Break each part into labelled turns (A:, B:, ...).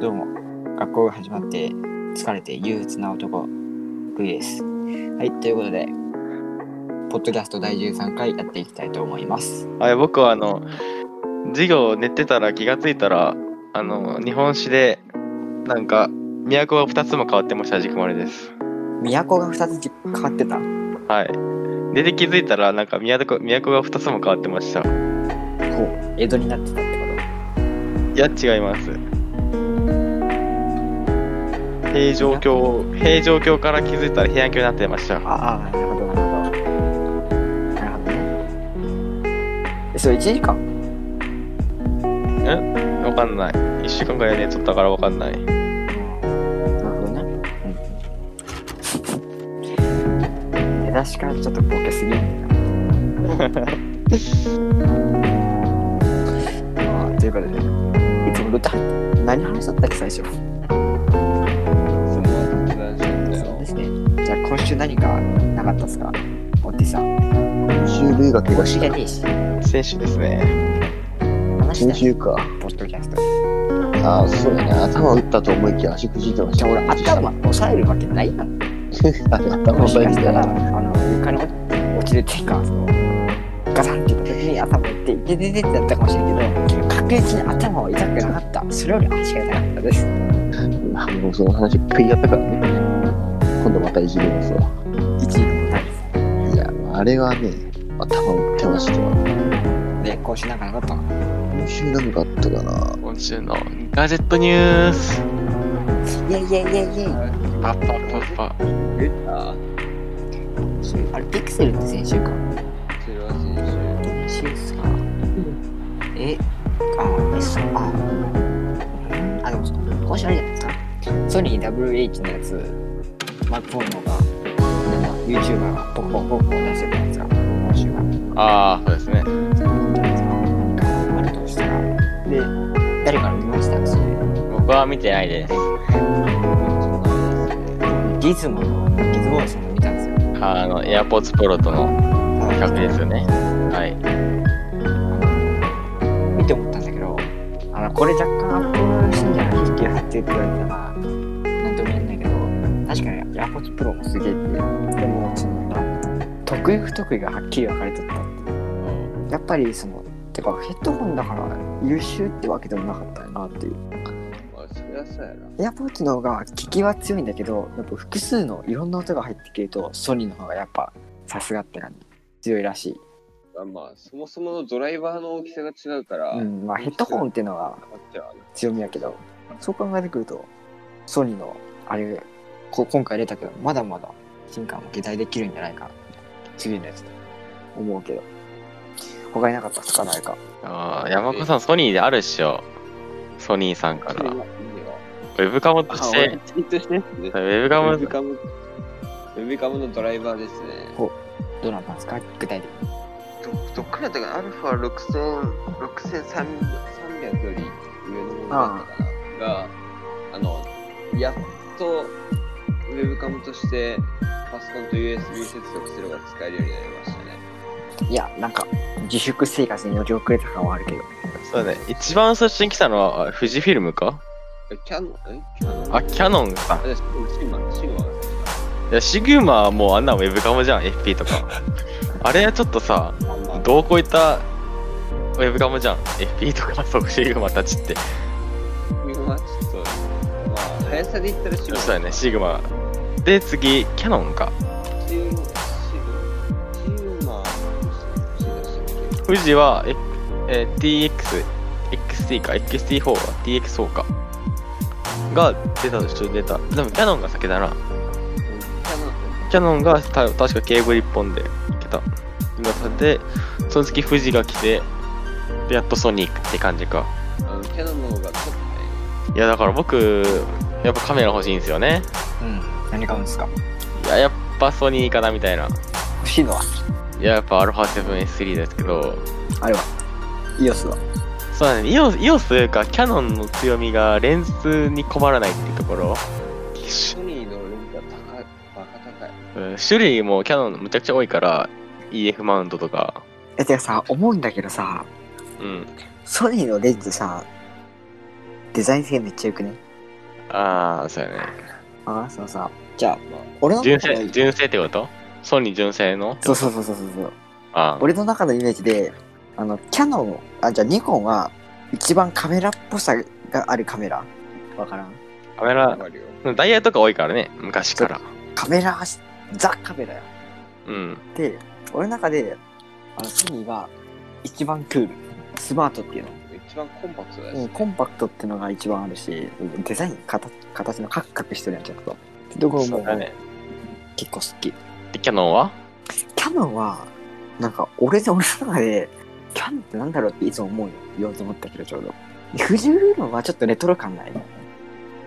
A: どうも、学校が始まって疲れて憂鬱な男、ルイです。はい、ということで、ポッドキャスト第13回やっていきたいと思います。
B: あいや僕はあの授業寝てたら気がついたらあの日本史でなんか都が2つも変わってましたじくまるです
A: 都が2つ変わってた
B: はい出て気づいたらなんか都都が2つも変わってましたい
A: ほう、江戸になってたってこ
B: や違います平城京平城京から気づいたら平安京になってました
A: とああ、なるほど、なるほど。なるほどね。え、それ1時間
B: わかんない1週間ぐらいねとったからわかんない
A: なるほどね。うん。出だしからちょっとボケすぎ るんだよな。まあ、ということで、いつも歌、何話だったっけ、最初。そうですね。じゃあ今週何かなかったですかおってさん。
C: 先週ルイが怪我
A: 今週
C: し
A: じゃ
C: た。
A: ねえし。
B: 選手ですね
A: 話し
C: 先
A: たい。
C: 週か。
A: ポッドキャスト。
C: ああ、そうだね。頭打ったと思いきや足くじいてまし
A: じ
C: た。
A: ゃあ俺、頭抑えるわけないな。
C: あ頭
A: もし
C: バ
A: か
C: イ
A: し
C: ク
A: たら、
C: だ
A: あ
C: な。
A: の、床に落落ちるっていうか、その、ガサンって言った時に頭打って、いてててってなったかもしれんけど、確実に頭は痛くなかった。それより足が痛かったです。
C: もうその話食いやったからね。今度またいじりますわ。
A: 一位の答
C: いや、あれはね、頭打ってましたわ。
A: えで、今週なんかなかったの
C: 今週何かあったかな。
B: 今週のガジェットニュース
A: イェイイェイイェイイェイ
B: パッパッパッパ
A: あれ、ピクセルって先週か。先週っすか。え、あ、え、そう、あ、うんあ、でもそう、今週あれじゃないですか。ソニー WH のやつ、マックフォンのが、YouTuber がポコポコポコ出してるじゃないですか、今週は。
B: ああそうです
A: な
B: ね
A: んかあるとしたら。で、誰から見ましたそれ。
B: 僕は見てないです
A: ギズモの、ギズモーさんの見たんですよ。
B: あの、AirPods Pro との比較ですよね。はい。
A: 見て思ったんだけど、あのこれ若干アップしてんじゃない引き張ってって言われたら、なんとも言えないけど、確かに AirPods Pro もすげえって、でも、その、なん得意不得意がはっきり分かれとったっていう。やっぱり、その、てか、ヘッドホンだから優秀ってわけでもなかったよなっていう。AirPods の方が聞きは強いんだけど、やっぱ複数のいろんな音が入ってくると、ソニーの方がやっぱ、さすがって感じ。強いらしい。
D: あまあそもそものドライバーの大きさが違うから、
A: うん、まあヘッドホンっていうのは
D: あっちは
A: 強みやけどそう考えてくるとソニーのあれこ今回出たけどまだまだ進化も期待できるんじゃないか次のやつと思うけど他になかったっすか誰か
B: ああ、山子さん、ソニーであるっしょ。ソニーさんから。ウ
D: あ
B: ェブカムとし
D: 俺
B: て、
D: ツイートしてますね
B: ウェブカ
D: ウェ
B: ム
D: ブ、カムウェブカムのドライバーですね
A: どうなったんですか具体的に
D: どどっからだったかなアルファ6300より上のものだったかながあのやっとウェブカムとしてパソコンと USB 接続すれば使えるようになりましたね
A: いやなんか自粛生活に乗り遅れた感はあるけど
B: そうね。一番最初に来たのは、あ富士フィルムか
D: えキャノンえキャノン
B: あ、キャノンさん。
D: あじゃあシグマシグマ
B: いや、シグマはもうあんなのウェブカムじゃん、FP とか。あれはちょっとさ、
D: まあまあ
B: どうこういったウェブカムじゃん。FP とか、そう、シグマたちって。
D: まあちょっと、まあ、速さで言ったらシグマ。
B: そうだね、シグマ。で、次、キャノンか。
D: シグマ。シグマ。シグマ。シグマシ
B: 富士は、ええー TX、XT か、XT4 か、TX4 か。が出たと一緒に出た。でもキャノンが先だな。キャノンがた確かケーブル1本でいけた。で、その次富士が来て、で、やっとソニーって感じか。
D: グマ。キャノンの方がちょっとね、
B: いや、だから僕、やっぱカメラ欲しいんですよね。
A: うん何買うんですか
B: いや、やっぱソニーかなみたいな。
A: 欲しいのはい
B: や、やっぱ α7S3 ですけど、
A: あれは EOS は
B: そうだね、EOS, EOS というか、キャノンの強みがレンズに困らないっていうところ。
D: ソニーのレンズが高い。バカ高い。
B: うん種類もキャノンむちゃくちゃ多いから EF マウントとか
A: えてかさ思うんだけどさ
B: うん
A: ソニーのレンズさデザイン性めっちゃよくね
B: ああ、そうやね。
A: ああ、そうそう。じゃあ、俺の
B: 純
A: 中の
B: 正、純正ってことソニー純正の
A: そうそうそうそうそうそう。
B: あ
A: 俺の中のイメージで、あの、キャノン、あ、じゃあニコンは一番カメラっぽさがあるカメラ。わからん。
B: あ、カメラ、
D: かるよ。
B: ダイヤとか多いからね、昔から。
A: カメラ、ザカメラや。
B: うん。
A: で、俺の中で、あの、ソニーは一番クール。スマートっていうの。
D: 一番コンパクトだ
A: うん
D: し。
A: コンパクトってのが一番あるし、デザイン、形形のカクカクしてるやん、ちょっと。ってところ
B: そ
A: も
B: うだね。
A: 結構好き。
B: で、キャノンは
A: キャノンは、なんか俺の俺の中で、キャノンってなんだろうっていつも思うよ。言おうと思ったけど、ちょうど。富士フーロはちょっとレトロ感ない。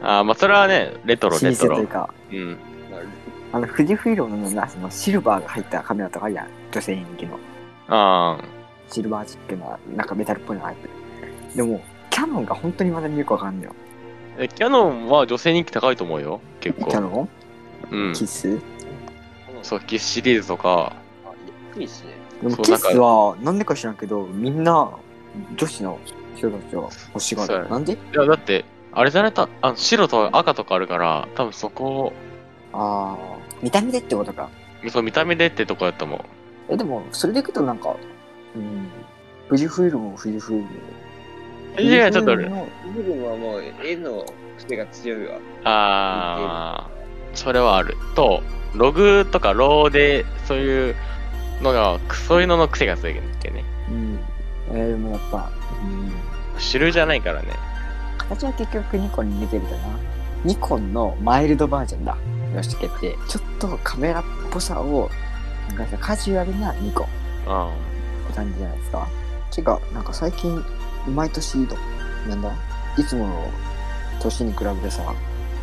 B: ああ、まあそれはね、レトロ、
A: 老
B: レト
A: 舗とい
B: ロ
A: う。か、
B: うん。
D: なる
A: あの、富士フーロのな、そのシルバーが入ったカメラとかあるやん。女性人気の。
B: あ
A: シルバーチックな、なんかメタルっぽいのが入ってる。でも、キャノンが本当にまだによくわかんないよ。
B: あ。えキャノンは女性人気高いと思うよ、結
A: キャ
B: 構。
A: ノン、
B: うん。
A: キス
B: そう、キスシリーズとか、
D: あ、いいしね。
A: でも
B: そ
A: キ
B: う
A: スは、なんでか知らんけど、みんな、女子の人たちは欲しが
B: そうや
A: る。
B: ね
A: なんで
B: いや、だって、あれじゃねたあの白と赤とかあるから、多分そこ
A: ああ、見た目でってことか。
B: そう、見た目でってとこやと思う。
A: えでもそれでいくとなんかうん富士フイルムも富士フイルム
B: いや、ちょっと
A: 富士フイルムの
D: 部分はもう、絵の癖が強いわ。
B: あー、それはある。と、ログとかローで、そういうのが、くそういうのの癖が強いってね。
A: うんえー、でもやっぱ、うん、
B: 主流じゃないからね。
A: 形は結局ニコンに似てるだなニコンのマイルドバージョンだよし決定ちょっとカメラっぽさをなんかさカジュアルなニコン
B: あ
A: って感じじゃないですかてかなんか最近毎年のなんだいつもの年に比べてさ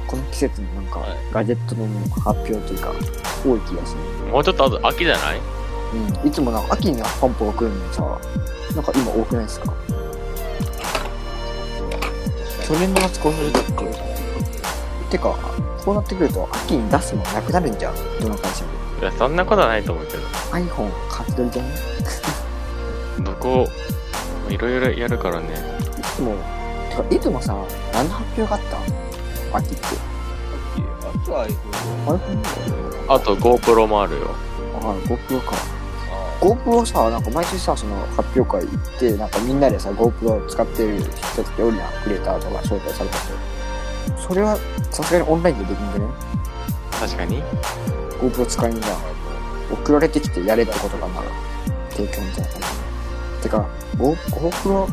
A: この季節のなんか
D: はい
A: ガジェットの発表というか多い気がする
B: ーもうちょっとあと秋じゃない
A: うん、いつもなんか秋に半歩が来るのにさ、なんか今多くないですか去年の夏こうするだっけてか、こうなってくると秋に出すのなくなるんじゃん、どの会社も。
B: いや、そんなことはないと思うけ
A: iPhone 買ってるじゃんい
B: ど。どこ、いろいろやるからね。
A: つも、てか、いつもさ、何の発表があった秋って。
D: あとは iPhone。
A: iPhone?
B: あと GoPro もあるよ。
A: あ、GoPro か。
D: あ
A: GoPro さ、なんか毎週さ、その発表会行って、なんかみんなでさ、GoPro を使ってる人っておるやん、クリエイターとか招待された人。それはさすがにオンラインでできんでね。
B: 確かに。
A: GoPro 使いんじゃん。送られてきてやれってことかな。提供みたいな感じ。てか、Go- GoPro、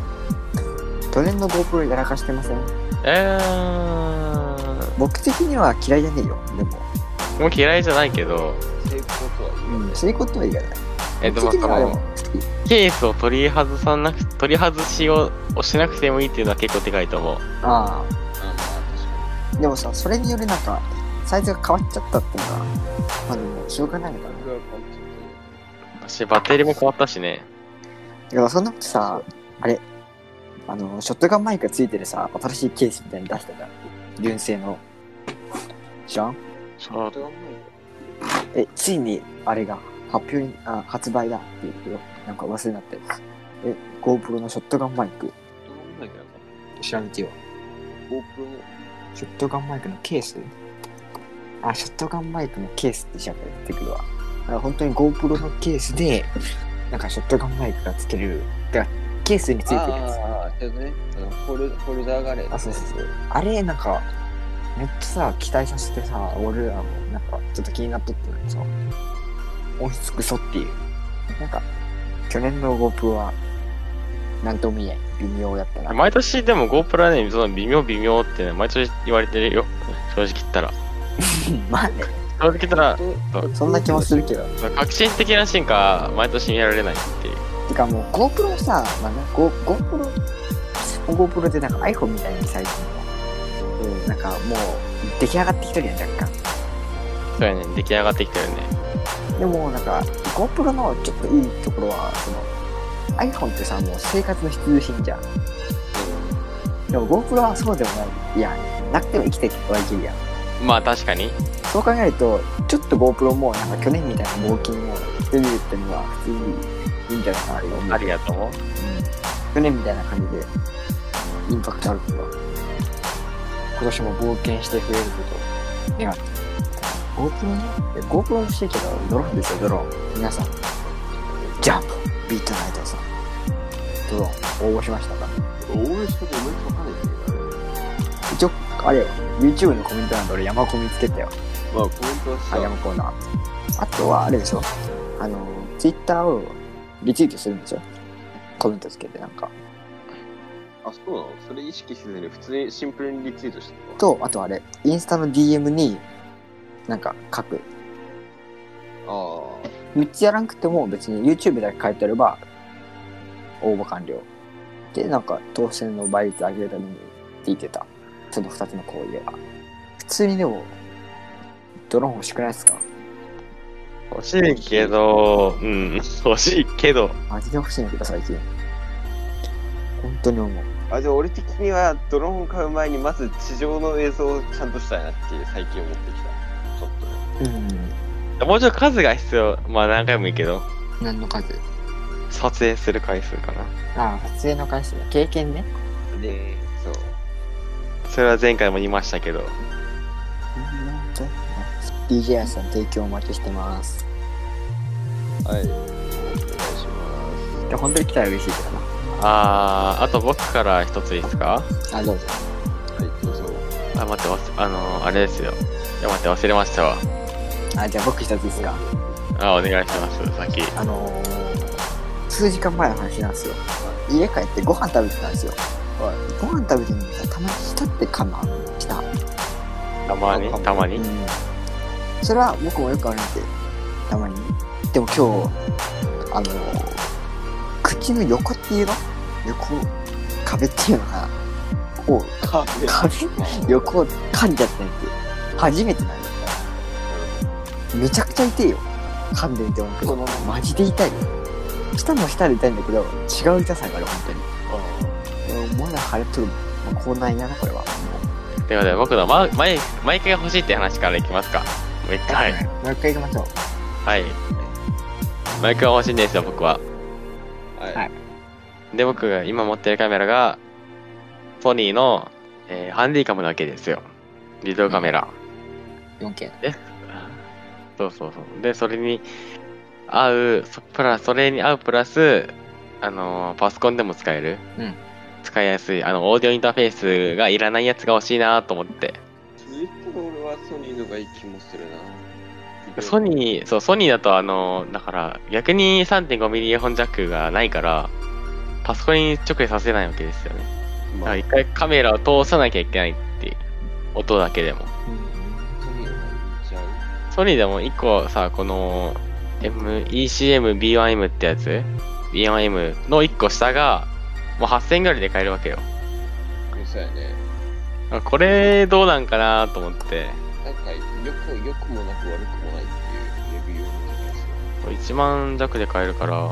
A: 去年の GoPro やらかしてません
B: えー、
A: 僕的には嫌いじゃねえよ。でも、
B: もう嫌いじゃないけど、
D: あ。成功とは言う。
A: うん、そういうことはいらない。
B: えっと、ま
A: 僕
B: あ
A: 的
B: そ
A: にはでも
B: の、
A: 好き。
B: ケースを取り外さなく、取り外しををしなくてもいいっていうのは結構でかいと思う。
A: あ
D: あ、ま
A: あ。でもさ、それによりなんか、サイズが変わっちゃったっていうのは、まあでも、しょうがないのかな
D: あ、。確かに。
B: 私、バッテリーも変わったしね。
A: だからそんなことさ、あれ、あの、ショットガンマイクがついてるさ、新しいケースみたいに出したじゃん。純正の。知らん
B: そう
D: 人がうまい
A: え、ついに、あれが、発表に、あ、発売だっていうけど、なんか忘れになったやつ。え、GoPro のショットガンマイク。
D: 人がうまいからさ。
A: 調べてよ。
D: オープン
A: ショットガンマイクのケースあ、ショットガンマイクのケースって調べてくるわ。だから本当に GoPro のケースで、なんかショットガンマイクがつける。てか、ケースについてるやつ。
D: ああ、ちょっとね、あのホルホルダーがね、
A: あ、そうそうそう。あれ、なんか、めっちゃさ、期待させてさ、俺らも、なんか、ちょっと気になっとってなんかさ、音質クソっていう。なんか、去年の GoPro は、なんとも言えん、微妙やったな。
B: 毎年でも GoPro はね、その微妙微妙ってね、毎年言われてるよ。正直言ったら。
A: まあね、
B: 正直言ったら、
A: そんな気もするけど。
B: 革新的な進化、毎年やられないっていう。
A: てかもう GoPro さ、まあ、な Go GoPro、GoPro ってなんか iPhone みたいに最近は、うん、なんかもう、出来上がってきてるやん、若干。
B: そうやね、出来上がってきてるね。
A: でもなんか GoPro のちょっといいところはその iPhone ってさもう生活の必需品じゃん、でも GoPro はそうでもないいやなくても生きてはいけるやん
B: まあ確かに。
A: そう考えるとちょっと GoPro もなんか去年みたいな冒険をしてみるっていうのは普通にいいんじゃないかなって思う
B: ありがとう。
A: 去年みたいな感じでインパクトあるけど今年も冒険して増えることを願って GoPro ねいや GoPro もしてるけどドローンですよドローン皆さんジャンプビートナイトさんドローン応募しましたか
D: 応援し方いまいちわかんないんだけどね。
A: 一応あれ YouTube のコメント欄で俺山子見つけたよ
D: まあ、コメントはし
A: あ
D: た。
A: 山コーナーあとはあれでしょあの Twitter をリツイートするんでしょコメントつけてなんか
D: あ、そうなのそれ意識せずに普通にシンプルにリツイートしてた
A: とあとあれインスタの DM になんか書く
D: のあ
A: 3つやらなくても別に YouTube だけ書いてあれば応募完了でなんか当選の倍率上げるために言ってたその2つの行為では普通にでもドローン欲しくないですか
B: 欲しいけど、うん、欲しいけど、
A: マジで欲しいんだけど最近本当に思う
D: あ。あ、じゃあ俺的にはドローン買う前にまず地上の映像をちゃんとしたいなっていう最近思ってきた。ちょっとね。
A: うん
B: もうちょっと数が必要。まあ何回もいいけど、
A: 何の数
B: 撮影する回数かな。
A: ああ撮影の回数ね経験ね
D: で、そう。
B: それは前回も言いましたけど、
A: DJI さん提供お待ちしてます
D: はい。お願いします。
A: いや本当に来たら嬉しいけどな
B: あー、あと僕から一ついいですか
A: あどうぞ
D: はい、どうぞ。
B: あ、待って、忘れあのー、あれですよ。いや、待って、忘れましたわ。
A: あじゃあ僕一ついいですか
B: あ、お願いします、先。
A: あのー、数時間前の話なんですよ家帰ってご飯食べてたんですよ、ご飯食べてるのにさたまにしたってかなした
B: たまに
D: あ
B: たまに
A: うんそれは僕もよくあるんでたまにでも今日あのー口の横っていうの横壁っていうのかなを
D: カー
A: 壁
D: テン。
A: 横を噛んじゃったんですよ初めてなんですめちゃくちゃ痛いよ噛んでみて思うけどマジで痛いよ舌も舌で痛いんだけど違う痛さがある本当にうんまだ腫れとるもう口内やなこれは
B: ということで、僕の、ま、毎毎回欲しいって話からいきますか。もう一回。
A: もう一回行きましょう
B: はい。毎回欲しいんですよ、僕は。
D: はい。
A: はい
B: で、僕が今持ってるカメラが、ソニーの、えーハンディカムなわけですよ。ビデオカメラ。
A: 4K
B: そうそうそう。で、それに合う、そプラそれに合うプラス、あのーパソコンでも使える。
A: うん
B: 使いやすい。あの、オーディオインターフェースがいらないやつが欲しいなと思って。
D: 続いての俺はソニーのがいい気もするな。
B: ソ
D: ー
B: ニー、そう、ソニーだとあの、だから、逆に 3.5mm イヤホンジャックがないから、パソコンに直でさせないわけですよね。だから一回カメラを通さなきゃいけないっていう、音だけでも。
D: ソニーのがいいんちゃう
B: ソニーでも一個さ、この、M、ECM-B1M ってやつ ?B1M の一個下が、もう8000円ぐらいで買えるわけよ。
D: そうやね。
B: あこれ、どうなんかなと思って、
D: なんか、よく、よくもなく悪くもないっていうレビューを見てます
B: これ1万弱で買えるから、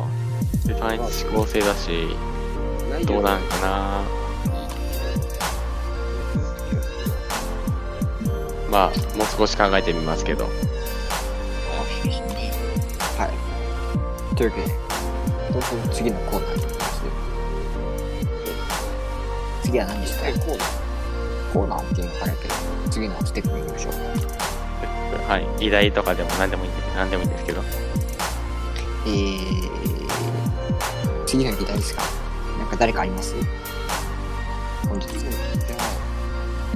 B: で、単一指向性だし、
D: よ。内
B: ど
D: 容
B: う
D: が
B: なん
D: いい
B: かなまあ、もう少し考えてみますけど。
A: はいというわけでどうする次のコーナーに行きます次は何でした
D: え、こうな
A: コーナーっていうのがあるけど次のステップに行きましょう
B: はい。依頼とかでも何でもいいんで、何でもいいんですけど。
A: えー、次の議題ですかなんか誰かあります本日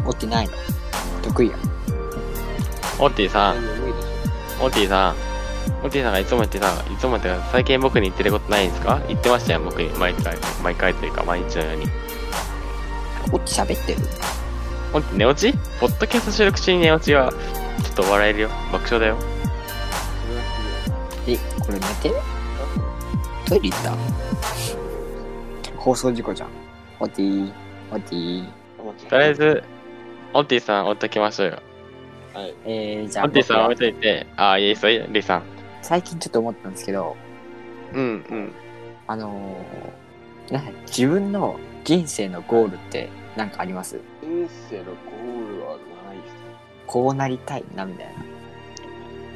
A: 持ってないの得意や
B: オッティさん、
D: 何でもいいでし
B: オッティさん、オッティさんがいつも言ってた、いつも言ってた、最近僕に言ってることないんですか言ってましたよ、僕に。毎回、毎回というか、毎日のように。
A: おっち喋ってる
B: オッティ、寝落ちポッドキャスト収録中に寝落ちは、ちょっと笑えるよ。爆笑だよ。
D: ょ。それは
A: えこれ寝てトイレ行った放送事故じゃんおティーおティー
D: す
B: とりあえず、オッティさん置いときましょうよ。
D: はい。
A: えー、じ
B: オ
A: ゃあ
B: ッティさん置い
A: 僕
B: といて、あー、いいですよ、リさん。
A: 最近ちょっと思ったんですけど
B: うん、うん。
A: あのー、なんか自分の人生のゴールって何かあります
D: 人生のゴールはないっす
A: こうなりたいなみたいな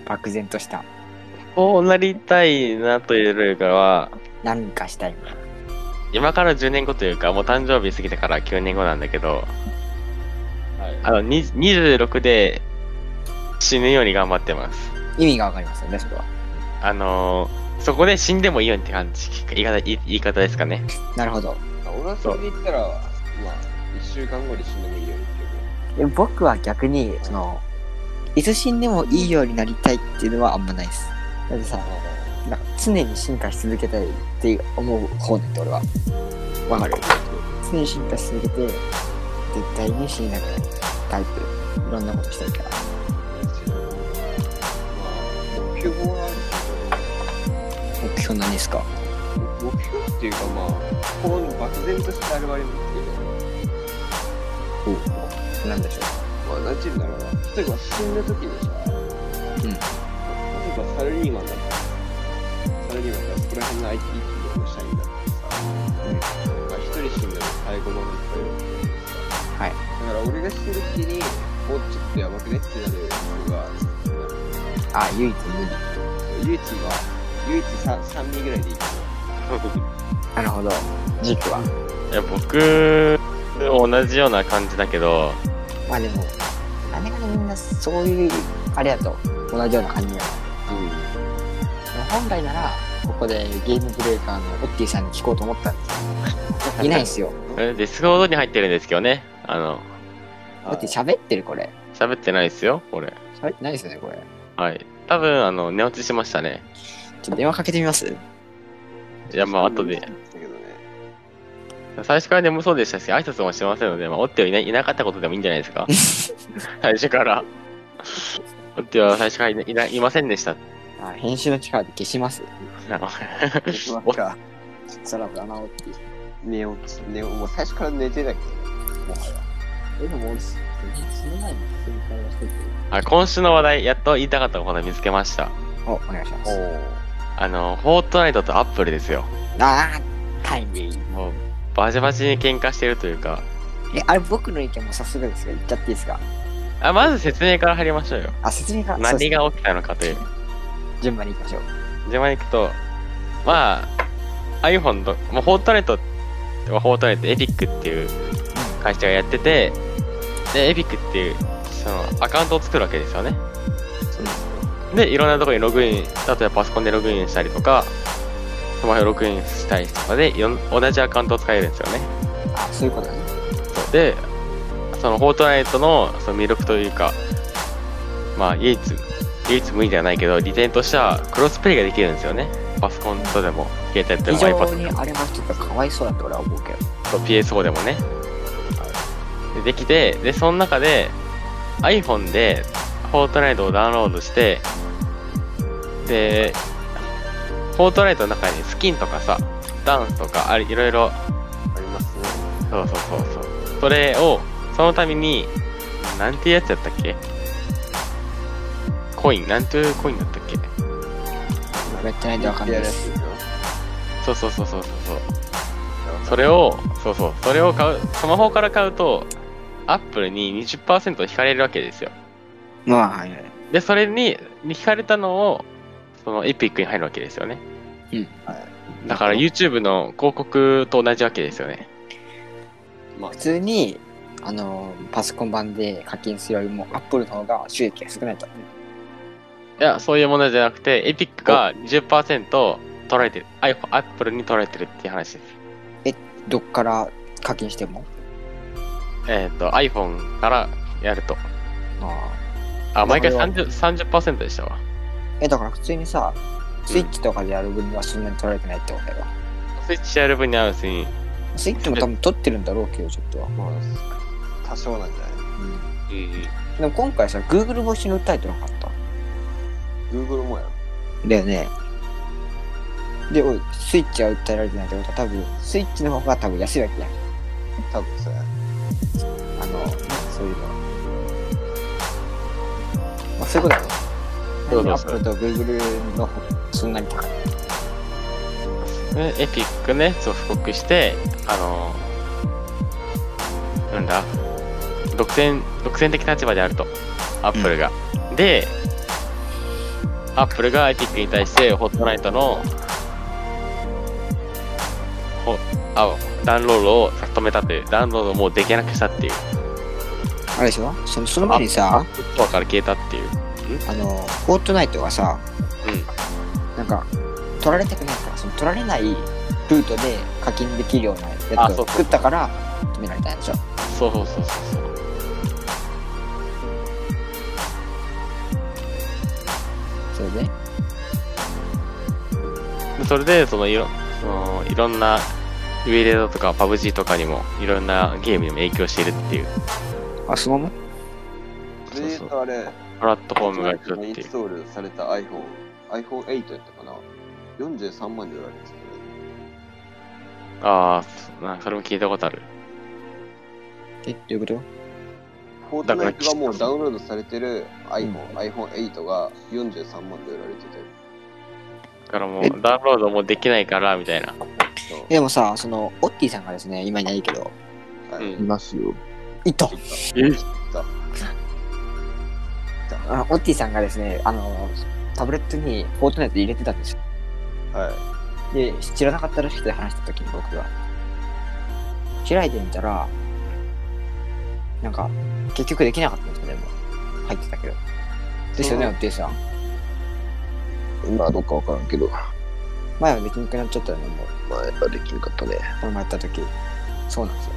A: 漠然とした
B: こうなりたいなというよりかは、
A: 何かしたいみたいな
B: 今から10年後というか、もう誕生日過ぎてから9年後なんだけど、
D: はい。
B: あの、に26で死ぬように頑張ってます。
A: 意味がわかりますよね、それは。
B: あのーそこで死んでもいいようにって感じ、言い方言い言い方ですかね。
A: なるほど。
D: 俺はそれで言ったら、まあ、1週間後に死んでもいいよって
A: でも僕は逆に、その、いつ死んでもいいようになりたいっていうのはあんまないです。だってさ、なんか常に進化し続けたいって思う方なんで俺は。わかる常に進化し続けて、絶対に死になくなるタイプ。いろんなことしたいから。
D: まあ、目標はある
A: 目標何ですか
D: けど、目標っていうかまあ、この漠然として現れますけど、
A: 何でしょ
D: まあ、なんて言うんだろうな。例えば死んだ時にさ、
A: うん
D: 例えばサラリーマンだったら、サラリーマンだったらそこら辺の IT 企業の社員だったらさ、まあ、一人死んだら最後までいっぱいいるわけじゃないですか。
A: はい
D: だから俺が死ぬ時に、もうちょっとやばくねってなるのが、
A: う。あ、唯一無二。
D: 唯一は、唯一 3, 3人ぐらいでいいか
A: なるほど。軸は。
B: いや、僕、同じような感じだけど、
A: まあでも、なかなかみんなそういう、あれやと、同じような感じや
D: な。うん。
A: 本来なら、ここでゲームブレーカーのオッティさんに聞こうと思ったんです けど、いないんすよ。
B: えディスコードに入ってるんですけどね。あの、
A: だって喋ってるこれ。
B: 喋ってないですよ、これ。
A: 喋ってないですよね、これ。
B: はい。多分、あの、寝落ちしましたね。
A: ちょっと電話かけてみます
B: いや、まあ、後で。最初から眠そうでしたし、挨拶もしてませんので、まあ、オッテはいないいなかったことでもいいんじゃないですか。最初から。 オッテは最初からいないないませんでした。
A: あ編集の力で消します。
B: あの
D: おか。
A: さらばだな、オッティ。
D: 寝落ち、寝落ち、もう最初から寝てたけど、もはや。
A: え、でも俺、その前に正解はしてて。
B: あ今週の話題、やっと言いたかったこと見つけました。
A: お、お願いしま
D: お
A: す。
B: あの、フォートナイトとアップルですよ。
A: あー、タイムリー。
B: もう、バチバチに喧嘩してるというか。
A: え、あれ僕の意見も早速ですが、言っちゃっていいですか
B: あ、まず説明から入りましょうよ。
A: あ、説明が、そうで
B: 何
A: すね
B: が起きたのかという。
A: 順番に行きましょう。
B: 順番に行くと、まあ、iPhone と、まあ、フォートナイト、まあフォートナイト、エピックっていう会社がやってて、で、エピックっていう、その、アカウントを作るわけですよね。で、いろんなところにログイン、例えばパソコンでログインしたりとか、スマホでログインしたりとかで、いろん同じアカウントを使えるんですよね。
A: あ、そういうことね。
B: そうで、そのフォートナイトのその魅力というか、まあ、唯一、唯一無二ではないけど、利点としてはクロスプレイができるんですよね。パソコンとでも、携帯と
A: 非
B: でも
A: 常
B: iPad
A: に
B: と
A: あれもちょっとかわいそうだと俺は思うけど。
B: そう PS4 でもね。でできて、で、その中で iPhone でフォートナイトをダウンロードして、で、フォートナイトの中にスキンとかさ、ダンスとかありいろいろ
D: ありますね。
B: そうそうそうそう。それを、そのために、なんていうやつやったっけコイン、なんていうコインだったっけ
A: やってないとわかんないです。
D: やるやつ
B: そうそうそうそうそう。
D: でしょ
B: それを、そうそう、それを買う、スマホから買うと、アップルに20%引かれるわけですよ。
A: まあ、はいはい。
B: で、それに、に引かれたのを、そのエピックに入るわけですよね。
A: うん。
B: だから YouTube の広告と同じわけですよね。
D: まあ
A: 普、通に、あの、パソコン版で課金するよりも、アップルの方が収益が少ないと。
B: いや、そういうものじゃなくて、エピックが20%取られてる。iPhone アップルに取られてるっていう話です。
A: どっから課金しても。
B: えっ、と、iPhone からやると。
A: あ
B: あ、毎回
A: それは
B: 30%, 30でしたわ。
A: え、だから普通にさ、スイッチとかでやる分にはそんなに取られてないってことだよ。
B: スイッチやる分に合うし、うん。
A: スイッチも多分取ってるんだろうけど、ちょっとは。
D: まあ、多少なんじゃない
A: でも今回さ、Google も一緒に訴えてなかった
D: ?Google もやろ。。
A: だよね。で、おい、スイッチは訴えられてないってことは、多分、スイッチの方が多分安いわけやん。
D: 多分そうや。
A: あの、そういうの。まあ、そういうことだね。
B: そうそう
A: アップルと Google のそんなに高い。
B: でエピックね、そう、布告して、あのーなんだ、独占、独占的立場であると。アップルが。で、アップルがエピックに対して、ホットナイトの、ほあダウンロードを止めたという、ダウンロードをもうできなくしたっていう。
A: あれでしょそのその前にさ、
B: ストアから消えたっていう。
A: あの、フォートナイトがさ、なんか、取られたくないから、その取られないルートで課金できるような
B: あ
A: やつ
B: そう
A: を作ったから、止められたんでしょ
B: そうそうそうそうそう。
A: それで
B: でそれで、そのいろ、そのいろんな、ウィレードとかパブ G とかにも、いろんなゲームにも影響しているっていう、
A: あ、そのまま
D: それで言うとあれ、
B: プラットフォームが一緒っ
D: イン
B: てい
D: ス
B: う。
D: トールされた iPhone、iPhone8 やったかな ?43 万で売られてたよね。
B: ああ、なんかそれも聞いたことある。
A: え、どういうこと
D: フォートナイトがもうダウンロードされてる iPhone、iPhone8 が43万で売られてたよ。
B: だからも
A: え
B: う、ダウンロードもできないから、みたいな。
D: そう
A: でもさ、その、オッティさんがですね、今いないけど、
D: は
B: う
D: い
B: ん
C: いますよ。
A: いた
B: え
A: あオッティさんがですね、あの、タブレットにフォートナイト入れてたんですよ。
D: はい。
A: で、知らなかったらしくて話した時に僕が。開いてみたら、なんか、結局できなかったんですよ、でも。入ってたけど。ですよね、オッティさん。
C: 今はどうかわからんけど、
A: 前はできなくなっちゃったよね、もう。
C: まあやっぱできなかったね。
A: これもやった時。そうなんですよ。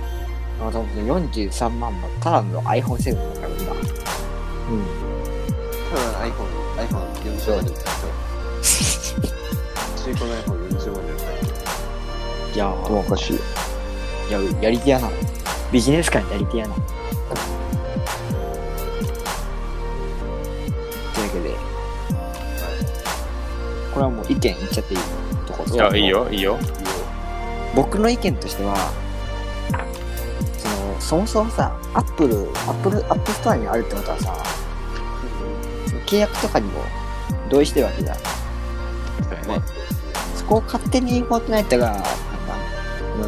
A: また43万も、ただの iPhone7 だから、今。うん。
D: iPhone、iPhone40 万で売ったよ。中古の iPhone40 万で売ったよ。
A: いや
C: でも
A: ー
C: おかしい。
A: いや、やり手やな。ビジネス界のやり手やな。というわけで、これはもう意見言っちゃっていいところ
B: いや、いい。よ、いいよ。
A: 僕の意見としては、その、そもそもさ、アップル、アップル、アップストアにあるってことはさ、その契約とかにも同意してるわけじゃん。
B: そうやね。
A: そこを勝手にフォートナイトが、なんか、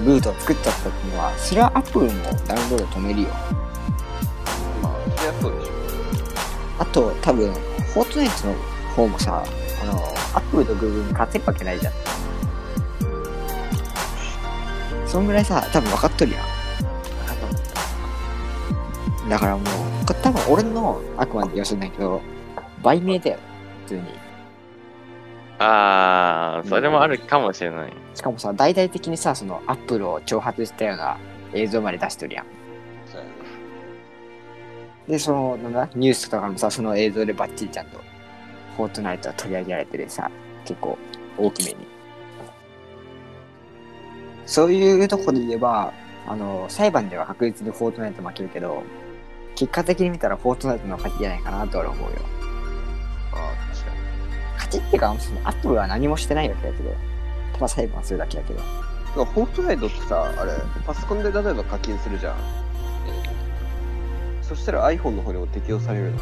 A: ルートを作っちゃったっていうのは、それはアップルもダウンロード止めるよ。
D: まあ、そりゃそうでしょ。
A: あと、多分、フォートナイトの方もさ、あの、アップルとグーグルに勝てるわけないじゃん。そんぐらいさ、多分分かっとるやん。だからもう、これ多分俺のあくまで予想だけど、売名だよ、普通に。
B: ああ、それもあるかもしれない。
A: しかもさ、大々的にさ、そのアップルを挑発したような映像まで出しとるやん。
D: そうやね
A: で、その、なんだ、ニュースとかもさ、その映像でバッチリちゃんと、フォートナイトは取り上げられてるさ、結構大きめに。そういうとこで言えば、あの、裁判では確実にフォートナイト負けるけど、結果的に見たらフォートナイトの勝ちじゃないかなと俺は思うよ。
D: ああ、確かに。
A: 勝ちっていうか、そのアップルは何もしてないわけだけど、ただ裁判するだけだけど。
D: てかフォートナイトってさ、あれ、パソコンで例えば課金するじゃん。そしたら iPhone の方にも適用されるの。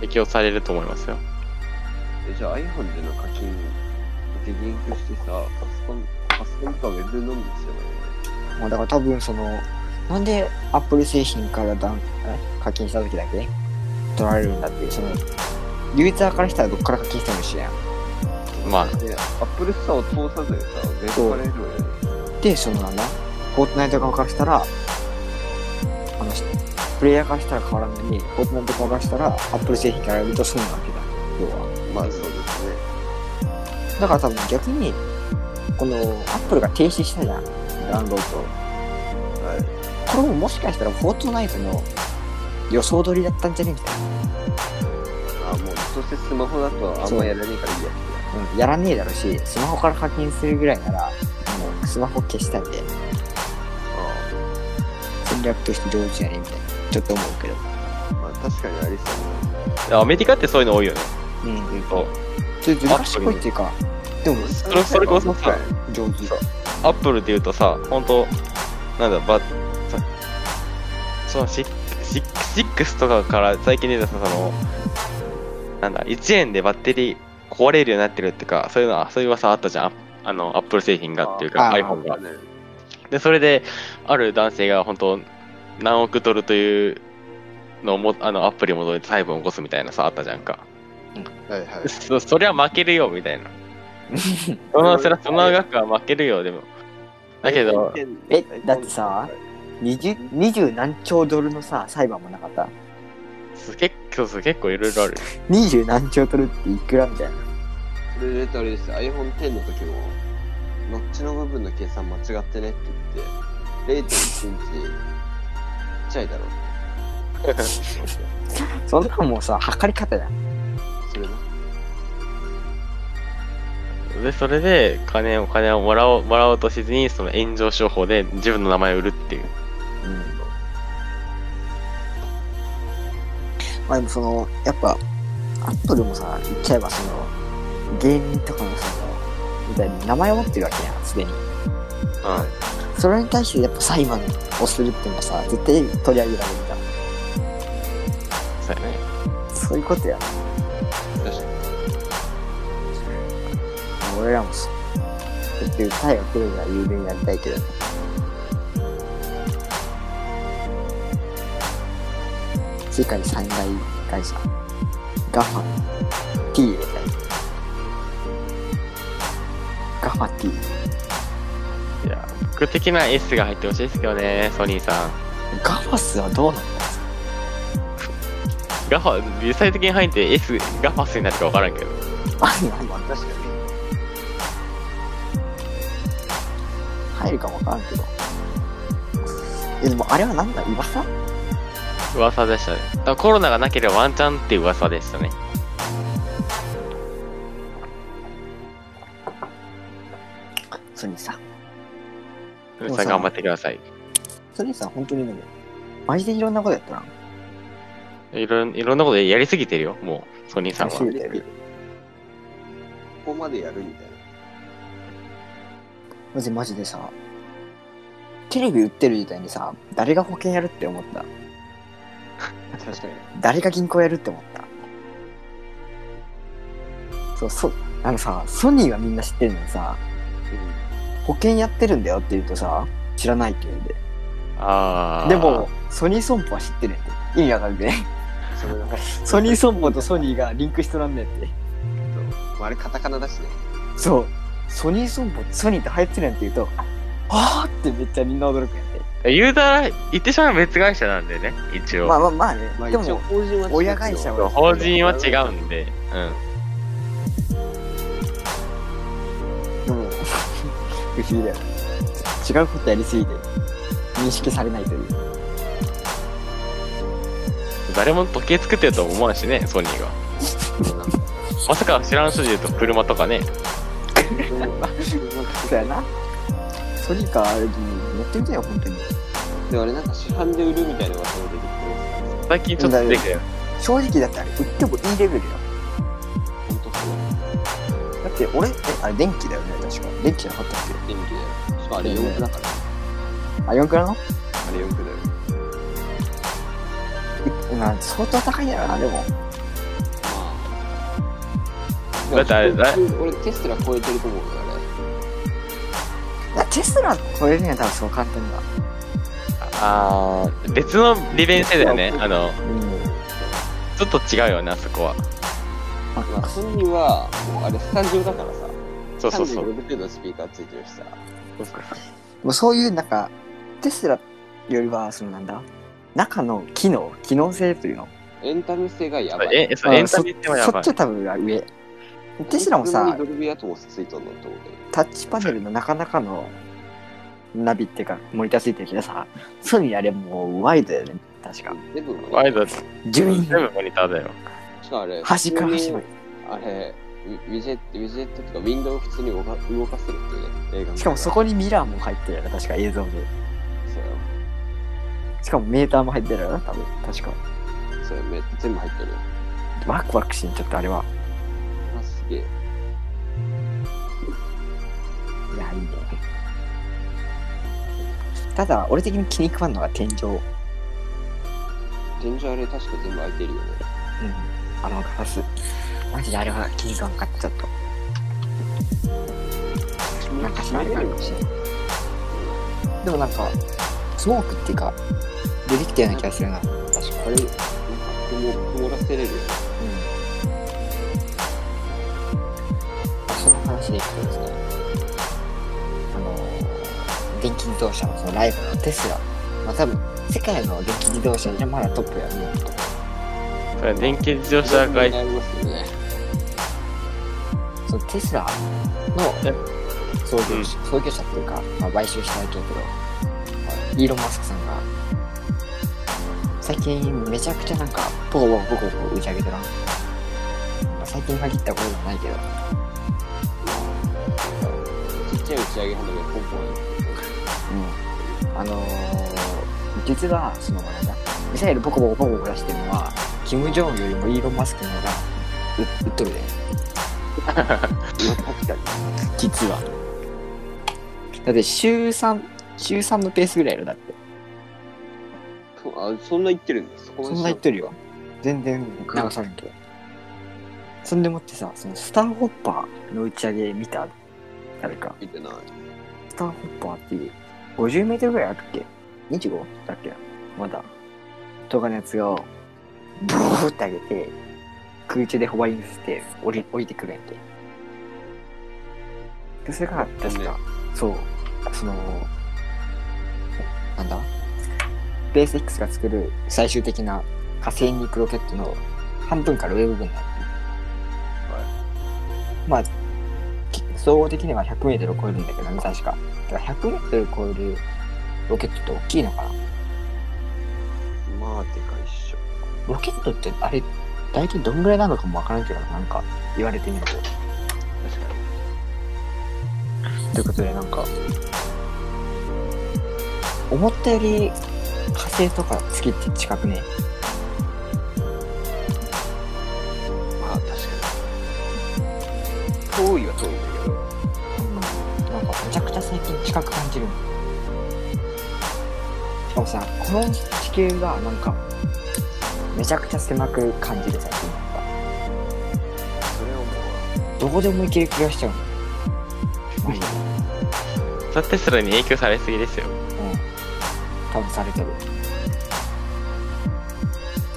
B: 適用されると思いますよ。
D: えじゃあ iPhone での課金で言及してさ、パソコン、パソコンとかウェブのみですよね。
A: もうだから多分その、なんでアップル製品からだんえ課金した時だけ取られるんだっていう、その、ユーザーからしたらどっから課金しても一緒やん。
B: まあ、
D: で、Apple ストアを通さずにさ、ウェブから得るわけだよね
A: で、そのなんだ、フォートナイト側からしたら、あの、プレイヤーからしたら変わらんのに、フォートナイト側からしたら、アップル製品からやると損なわけだ、要は。
D: まあそうですね。
A: だから多分逆に、この、アップルが停止したじゃん、ダウンロードを。
D: はい。
A: これももしかしたらフォートナイトの予想通りだったんじゃねみたいな。
D: あもうどうせスマホだとあんまやらねえからいいや
A: うん、やらねえだろうし、スマホから課金するぐらいなら、もうスマホ消したいで、
D: あ
A: 戦略として上手やねみたいな、ちょっと思うけど。
D: あまあ確かにありそう
B: アメリカってそういうの多いよね。
A: うん、
B: そう
A: ちょっと難しいっていうか、でも
B: それそれこそさ、
A: 上手。
B: アップルで言うとさ、本当なんだ、ば、さそのシッシッシックスとかから最近出たさ、その、なんだ、1円でバッテリー壊れるようになってるっていうか、そういうのは、そういう噂あったじゃん。あの、アップル製品がっていうか、
A: あー
B: iPhone が。
D: ね。
B: で、それで、ある男性が本当何億ドルというのをも、あの、アプリ戻り裁判を起こすみたいなさ、あったじゃんか。
D: はいはい。
B: そそりゃ負けるよみ たいな。そのそりゃその額は負けるよでも。だけど、
A: えだってさ20 20何兆ドルのさ、裁判もなかった。
B: す結構そう結構いろいろある。
A: 20何兆ドルっていくらみたいな。
D: それで言うとあれですよ iPhone X の時もノッチの部分の計算間違ってねって言って0.1インチちっちゃいだろって
A: そんなんもうさ、測り方じゃん。
D: それな
B: で、それで金を金をもらおうもらおうとせずに、その炎上商法で自分の名前を売るっていう。
A: まあでもその、やっぱ、アップルもさ、言っちゃえばその、芸人とかのさ、みたいに名前を持ってるわけやん、すでに。
B: う
A: それに対してやっぱ裁判をするっていうのはさ、絶対取り上げられるじゃ
B: ん。そうやね。
A: ん。そういうことやな。
D: 確かに
A: 俺らもそう。だって歌やプロが有名になりたいけど。世界三大会社。ガファ、T 入れたい。ガファ T。
B: いや、僕的な S が入ってほしいですけどね、ソニーさん。
A: ガファスはどうなの
B: ガファ、実際的に入って S、ガファスになるか分からんけど。
A: あるあるある
D: 確かに
A: 入るかもわからんけど。え、でもあれはなんだ噂
B: 噂でしたね。だからコロナがなければワンチャンっていう噂でしたね。
A: ソニーさん。
B: さ
A: う
B: あ
A: そう
B: 頑張ってください。
A: ソニーさん本当にね、マジでいろんなことやったな。
B: いろん、いろんなことやりすぎてるよ、もう、ソニーさんは。
D: ここまでやるみたいな
A: マジマジでさ、テレビ売ってる時代にさ、誰が保険やるって思った。
D: 確かに
A: 誰が銀行やるって思った。そう、そう、あのさ、ソニーはみんな知ってるのにさ、保険やってるんだよって言うとさ、知らないって言うんで。
B: あー。
A: でも、、ソニー損保は知ってるんやて。意味わかる ね。
D: それな
A: ソニー損保とソニーがリンクしとらんねんって。
D: まああれカタカナだしね
A: そう。ソニー損保、ソニーって入ってるやんって言うと、あーってめっちゃみんな驚くんやって。
B: 言うたら、言ってしまう別会社なんでね、一応。
A: まあまあまあね。
D: まあ
A: で
D: 一応
A: も、
D: 法人は違うけど
A: 親会社は。
B: 法人は違うんで、うん。
A: でも、不思議だよね。違うことやりすぎて、認識されないという。
B: 誰も時計作ってるとは思わんしね、ソニーが。まさか知らん人で言うと車とかね。
A: そうやな。ソニーカーある時に乗ってみたよ、本当に。
D: でもあれなんか市販で売るみたいな噂も出てきてますから
B: 最近ちょっとできたよ。
A: 正直だってあれ、売ってもいいレベルよ。
D: 本当そう
A: だって俺、え、あれ電気だよね、確か。電気じゃなかったっ
D: 電気だよしかもあれ四駆だから
A: けあ、4くらいの
D: あれ四駆だよ
A: いまあ、相当高いんだろうな、でも。
B: だってあれだ
D: 俺テスラ超えてると思うからね
A: いやテスラ超えるには多分そう簡単には。
B: あー、別の利便性だよね。あの、
A: うん。
B: ちょっと違うよね、あそこは。
A: まあ
D: まあソニーはもうあれスタジオだからさ
B: そうそうそう。
D: 360度スピーカーついてるしさ
A: でもそういうなんかテスラよりはそのなんだ中の機能機能性というの
D: エンタメ性がやばい
B: え、そう、エンタメって
A: そ
B: もやば
A: そ
B: い
A: っち。は多分上テスラも
D: いつの間
A: さ
D: にドルビーアトモスついとんのって思うけど
A: タッチパネルのなかなかのナビっていうかモニターついてるけどさソニーあれもうワイドだよね確か
D: 全部も
B: ワイ
D: ね
B: ド、
A: 順位
B: 全部モニターだよ。
D: しかもあれ
A: 端から端ま
D: 普通にあれウィウィジェットウィジェットとかウィンドウを普通に動か動かせるっていうね映画の
A: でしかもそこにミラーも入ってるよね確か映像で
D: そうよ
A: しかもメーターも入ってるよな多分確か
D: それめ全部入ってるよ
A: ワクワクしんちょっとあれは
D: あすげえ
A: いやいいねただ俺的に気に食わんのが天井
D: 天井あれ確か全部開いてるよね
A: うん、あのガラス。マジであれは気に食わんかった、ちょっと。なんかしないかもしれない。でもなんか、スモークっていうか、出てきたような気がするな。
D: 確かこれなんか曇曇らせれるよね
A: あその話でいくとですね、あのー電気自動車のそのライブのテスラまあ多分、世界の電気自動車じゃまだトップやね。
B: それ電気自動車が
D: ありますよね。
A: そのテスラ
B: え
A: の創業者,、創業者っていうか、まあ、買収したわけやけど、イーロン・マスクさんが、最近めちゃくちゃなんか、ポコポコポコポコ打ち上げてな。まあ最近限ったことじゃないけど、
D: ちっちゃい打ち上げ花火がポンポン
A: あのー、実はそのなんだミサイルボコボコボコボコ出してるのはキム・ジョンウンよりもイーロン・マスクの方がう撃っとるで
D: 確かに。
A: 実はだって週3週3のペースぐらいのだって
D: あそんな言ってるんです
A: そんな言ってるよ全然流さんけどそんでもってさそのスターホッパーの打ち上げ見た誰か
D: 見てない。
A: スターホッパーっていう、50メートルぐらいあるっけ ?25? だっけまだ。とかのやつを、ブーって上げて、空中でホバリングして、降り、降りてくるやんけ。で、それが、確か、そう、その、なんだベース X が作る最終的な火星に行くロケットの半分から上部分だまあ、き総合的には 100m を超えるんだけどね、確か。だから 100m 超えるロケットって大きいのかな
D: まあ、でかいっしょ。
A: ロケットってあれ、大体どんぐらいなのかもわからんけど、なんか言われてみると。ということで、なんか、思ったより火星とか月って近くね。
D: まあ、確かに。遠いは遠いんだけど。
A: なんかめちゃくちゃ最近近く感じるしかもさこの地球がなんかめちゃくちゃ狭く感じる最近なん
D: それをも
A: かどこでも行ける気がしちゃうのマジで
B: それテスラに影響されすぎですよ
A: うん多分されてる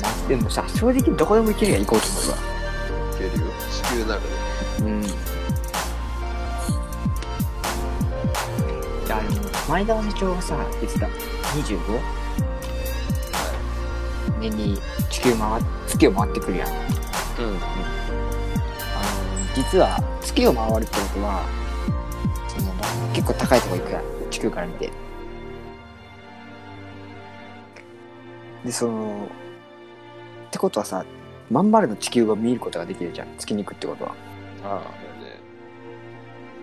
A: なんでもさ正直どこでも行けるやん行こうと思えば
D: う、いけるよ。地球ならね。
A: うん。いや、でも、前田社長がさ、いつだ ?25? 年に地球回っ、月を回ってくるやん。あの、
B: うん
A: 実は、月を回るってことは、その結構高いとこ行くやん。地球から見て。で、その、ってことはさ、まん丸の地球を見ることができるじゃん。月に行くってことは。
D: ああ。だよね。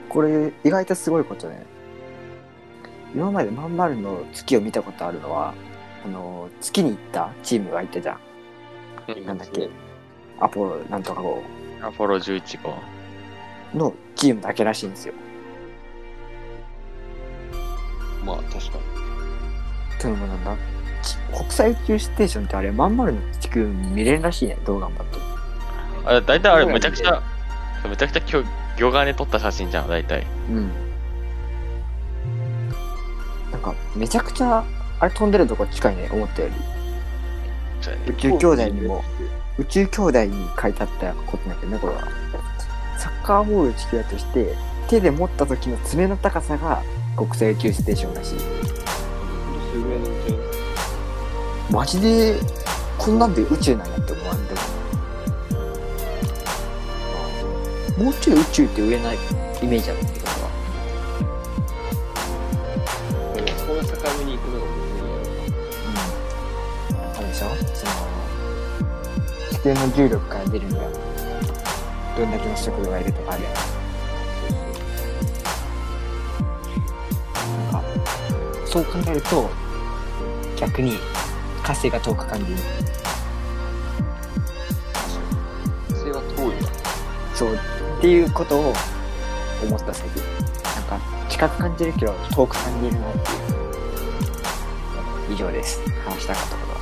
A: これ意外とすごいことね今までまんまるの月を見たことあるのはあの月に行ったチームがいたじゃんなんだっけアポロなんとか号
B: アポロ11号
A: のチームだけらしいんですよ
D: まあ、確か
A: というのもなんだち国際宇宙ステーションってあれまんまるの地球見れるらしいねどう頑張っても
B: あ大体あれめちゃくちゃめちゃくちゃ今日魚眼で撮った写真じゃん大体
A: うんなんかめちゃくちゃあれ飛んでるとこ近いね思ったより宇
D: に。
A: 宙兄弟にも。宇宙兄弟に書いてあったことなんだよねこれはサッカーボール地球だとして手で持った時の爪の高さが国際宇宙ステーションらしい
D: 数名のうち
A: マジでこんなんで宇宙なんやって思わんでももうちょい宇宙って売れないイメージあるんだけど俺は
D: でもそこの境目に行くのが別にいいや
A: あれでしょその地球の重力から出るのがどんだけの速度がいるとかあるやんなんかそう考えると逆に火星が遠く感じる
D: ろ。それは遠いわ。
A: そうっていうことを思った最近なんか近く感じるけど遠く感じるなっていう以上です話したかったことは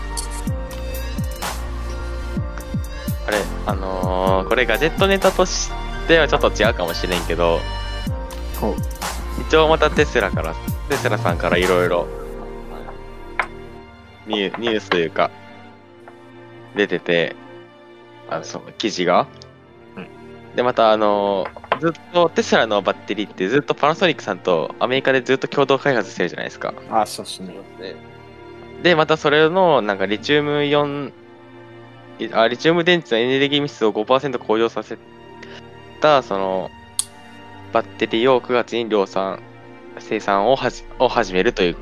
B: あれあのー、これガジェットネタとしてはちょっと違うかもしれんけど
A: ほう
B: 一応またテスラからテスラさんからいろいろニュニュースというか出ててあのその記事が、でまたあのーずっとテスラのバッテリーってずっとパナソニックさんとアメリカでずっと共同開発してるじゃないですか
A: あそうっすね
D: そうですね。
B: で、またそれの、なんかリチウムイオン、いあ、リチウム電池のエネルギー密度を5%向上させた、その、バッテリーを9月に量産、生産をはじを始めるという。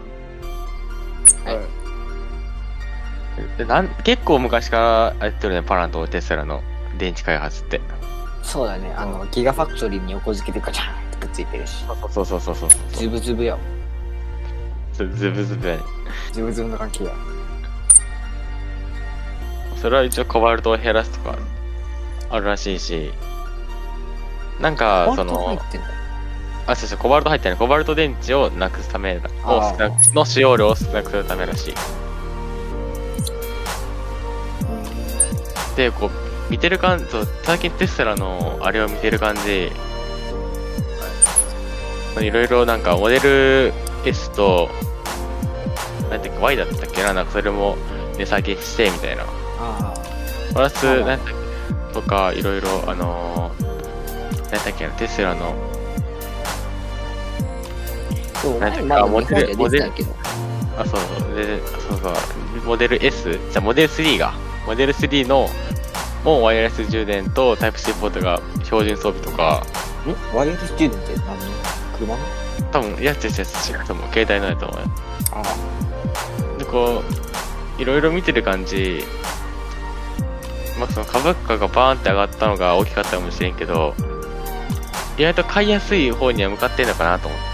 D: はい
B: でなん結構昔からやってるね、パランとテスラの電池開発って。
A: そうだねあのギガファクトリーに横付けでガチャンってくっついてるし
B: そうそうそうそうそう
A: ズブズブやわ
B: そう。ずぶずぶやね。
A: ズブズブの関係や
B: それは一応コバルトを減らすとかあるらしいし、なんか、そ
A: コバル
B: の
A: ト、入ってんだ
B: あ、そうそう、コバルト入ってない。コバルト電池をなくすためだを
A: あー
B: 少なくの使用量を少なくするためらしい。で、こう、見てる感じ、そう最近テスラのあれを見てる感じ、いろいろなんかモデル S と、なんていうか Y だったっけな、なんかそれも値下げしてみたいな。
A: あ
B: プラス、
A: あ
B: なんだっけとか、いろいろ、あのー、なんだっけな、テスラの、
A: あそう
B: なんていう
A: 前
B: か
A: 前
B: モ
A: 日本
B: デ
A: で
B: ル
A: 出てたけど
B: あ、そうそう、で、そうそう、モデル S、じゃあモデル3が、モデル3の、もうワイヤレス充電とタイプ C ポートが標準装備とか、
A: んワイヤレス充電って何車の
B: 多分、いや、違う違う違う、多分、携帯のやと思うよ。
A: あ
B: で、こう、いろいろ見てる感じ、まあ、その株価がバーンって上がったのが大きかったかもしれんけど、意外と買いやすい方には向かってんのかなと思って。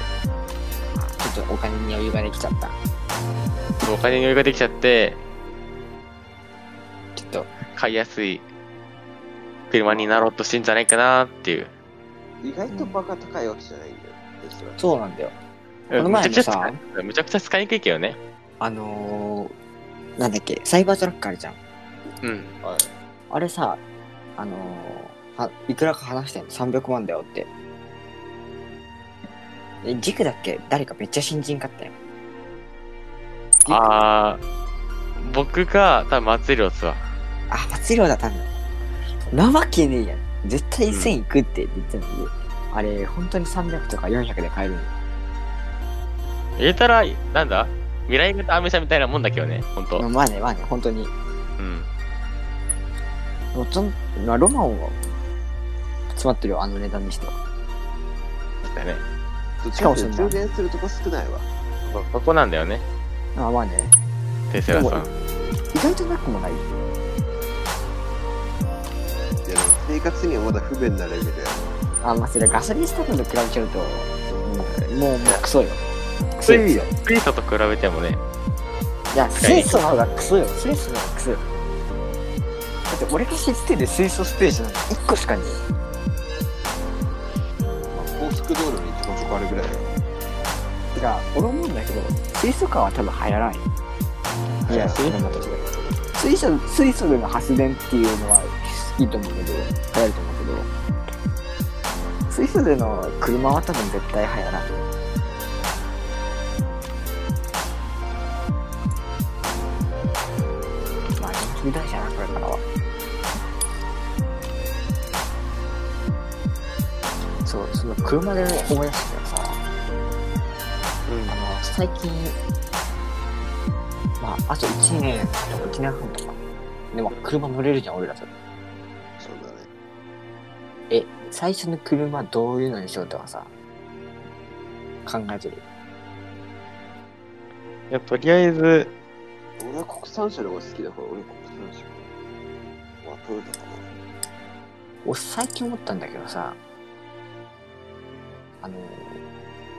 A: ちょっとお金に余裕ができちゃった
B: お金に余裕ができちゃって、
A: ちょっと
B: 買いやすい車になろうとしてんじゃないかなっていう。
D: 意外とバカ高いわけじゃないんだよ。実は
A: そうなんだよこの
B: む
A: 前
B: ちゃ
A: も
B: くち
A: さ
B: ゃ使い、むちゃくちゃ使いにくいけどね。
A: あのー、なんだっけサイバートラックあるじゃん
B: うん。
D: はい。
A: あれさあのー、はいくらか話してんの300万だよってえ軸だっけ誰かめっちゃ新人買ったよ
B: あー、僕が多分松井亮つわ。
A: あ、松量だ、多分。なわけねえやん。絶対1000いくって言ってたのに、あれ、本当に300とか400で買えるの
B: 入れたら、なんだ未来型アメ車みたいなもんだけどね、ほんと。
A: まあね、まあね、本当に。
B: うん。
A: もうちょん、まあ、ロマンは詰まってるよ、あの値段にしては。
B: だよね。
D: どっち
A: しかも
D: かって
A: そ
D: い
A: ん
D: う
A: な
D: と充電するとこ少ないわ。
B: そそこなんだよね、
A: まあまあね、
B: テスラさ
A: でも
B: ん。
A: 意外となくもない。
D: いやでも生活にはまだ不便なレベルや
A: あ、まあそれガソリンスタンドと比べちゃうと、うんもう、もうクソよ。ク
B: そういう意味
A: よ。
B: 水素と比べてもね、
A: いや、水素の方がクソよ。水素の方がクソよ。だって俺が知ってる水素ステージなんて1個しかねえよ。
D: まあ高速道路にちょこちょこあるぐらいだよ
A: てか俺思うんだけど水素カーは多分流行らない
D: 流行らない
A: それも確かに水素水素での発電っていうのはいいと思うけど流行ると思うけど水素での車は多分絶対流行らないまあ人気みたいじゃなこれからはそうその車で思い出したけどさあの最近まああと1年とか1年半とかでも車乗れるじゃん俺らと
D: そう だね。
A: え最初の車どういうのにしようとかさ考えてる
B: いやとりあえず、
D: 俺は国産車の方が好きだから、俺国産車。まあ、トヨタかな。
A: 俺最近思ったんだけどさあの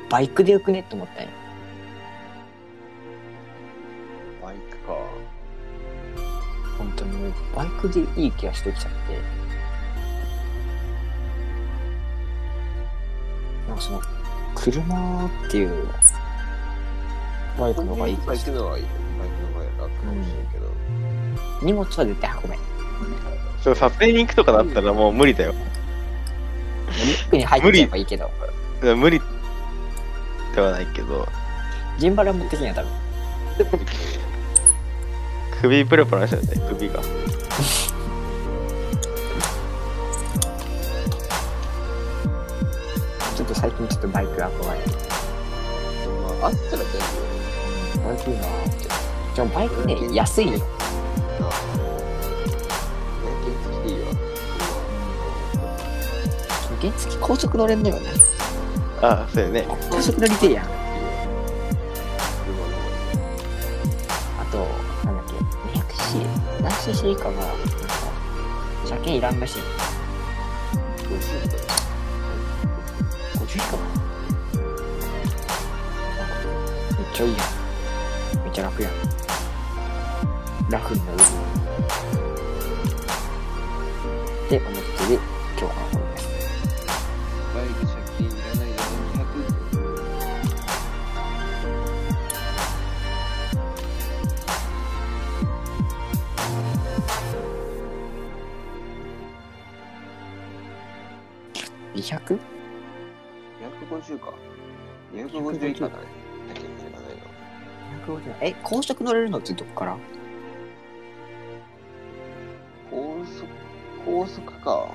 A: バイクでよくねって思ったんよ
D: バイクか。
A: 本当にもうバイクでいい気がしてきちゃってなんかその車っていうバイクの方がいい気
D: バ
A: が
D: イ
A: して
D: クの方がいい。バイクの方が楽かもしれんけど。
A: 荷物は絶対運べん
B: そう撮影に行くとかだったらもう無理だよ。
A: リュックに入ってればいいけど、
B: 無理ではないけど、
A: ジンバルは持ってきにはダメ。
B: 首プルプルしてるね、首が。
A: ちょっと最近ちょっとバイク憧れる。
D: まあ、あったら便利よね。
A: バイクいいなぁって。じゃあバイクね、安いよ。
D: あ原付でいいわ。
A: 原付高速乗れんのよね。
B: ああ、そうよね。
A: 高速乗りてえやん。
D: 車の
A: あと、なんだっけ、200C、何 cc 以下が、なんか車検いらんらしい。
D: 50だよ
A: 50以下かなめっちゃいいやん。めっちゃ楽やん。楽になる。って思ってる今日のところです。
D: バイク借金いらないのに200。
A: 200?
D: 250か。250以下だね。借金いらないの。
A: え、高速乗れるのってどっから
D: 高速、高速か。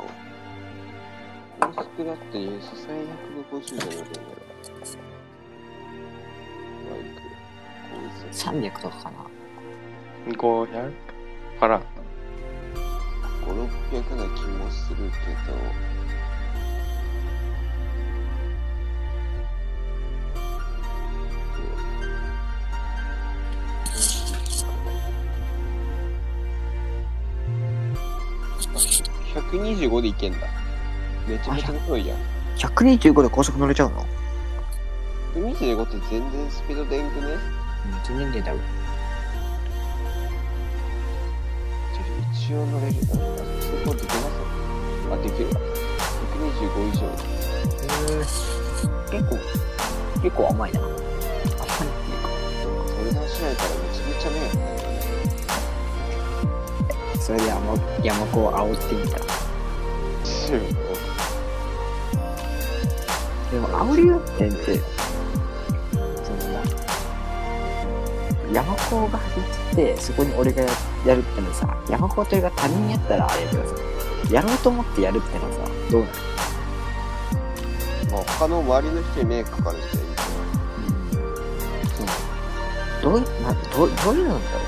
D: 高速だってね、支え150度乗れるんだよ。バイク。高速
A: ?300 とかかな
B: 500? からん。
D: 5、600な気もするけど。125でいけんだ。めちゃめちゃ遅いやん。
A: 125で高速乗れちゃうのうん、
D: 125って全然スピード出んくね
A: 全然出た。
D: 一応乗れるな。そこできますあ、できるわ。125以上。
A: 結構、結構甘いな。甘いっていうか
D: 取り直しられたらめちゃめちゃ迷惑だよね。
A: それで山山子を煽ってみたでも煽り運転ってそのな山子が走っててそこに俺がやるってのさ山子と俺が他人やったらあれやけどさやろうと思ってやるってのはさどうなの
D: まあ、他の周りの人に迷惑かかる人はいいけ
A: どういなどうどういうのなんだろう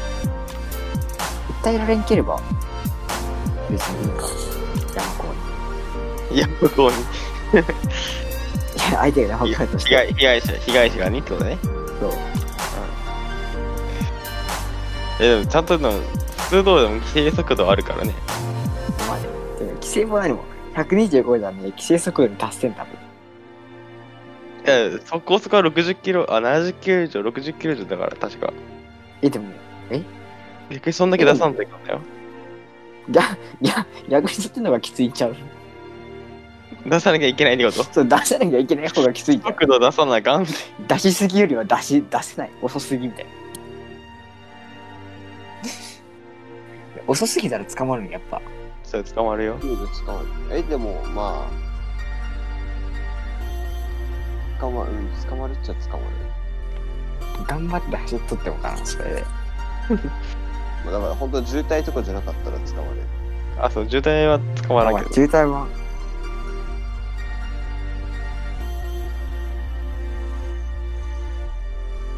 A: 訴えられんければ別にいいか山子に
B: いや、向こうに。
A: いや 相手が山子やとし
B: 被
A: て
B: 害被害者、被害者がにってことね。
A: そう
B: え、でもちゃんとでも、普通道でも規制速度あるからね。
A: まあね、でも規制も何も125だね規制速度に達せん多分
B: いや、そ高速は60キロ、あ、70キロ以上、60キロ以上だから、確か。
A: えでも
B: 逆にそんだけ出さんといかんだよ。
A: ぎゃぎゃ逆にそっちの方がきついんちゃう
B: 出さなきゃいけないってこと
A: そう出さなきゃいけない方がきついんちゃう
B: 速度出さなあかん って。
A: 出しすぎよりは出し出せない遅すぎみたい な遅すぎたら捕まるのやっぱ
B: それ捕まるよ。
D: ど、ルール使わない。え、でも、まあ、捕まる、うん、捕まるっちゃ捕まる。
A: 頑張って走っとってもかなそれで
D: まあ、だから本当に渋滞とかじゃなかったら捕まる。
B: あ、そう、渋滞は捕まらん
A: ま
B: け
A: あ
B: ど。
A: 渋滞は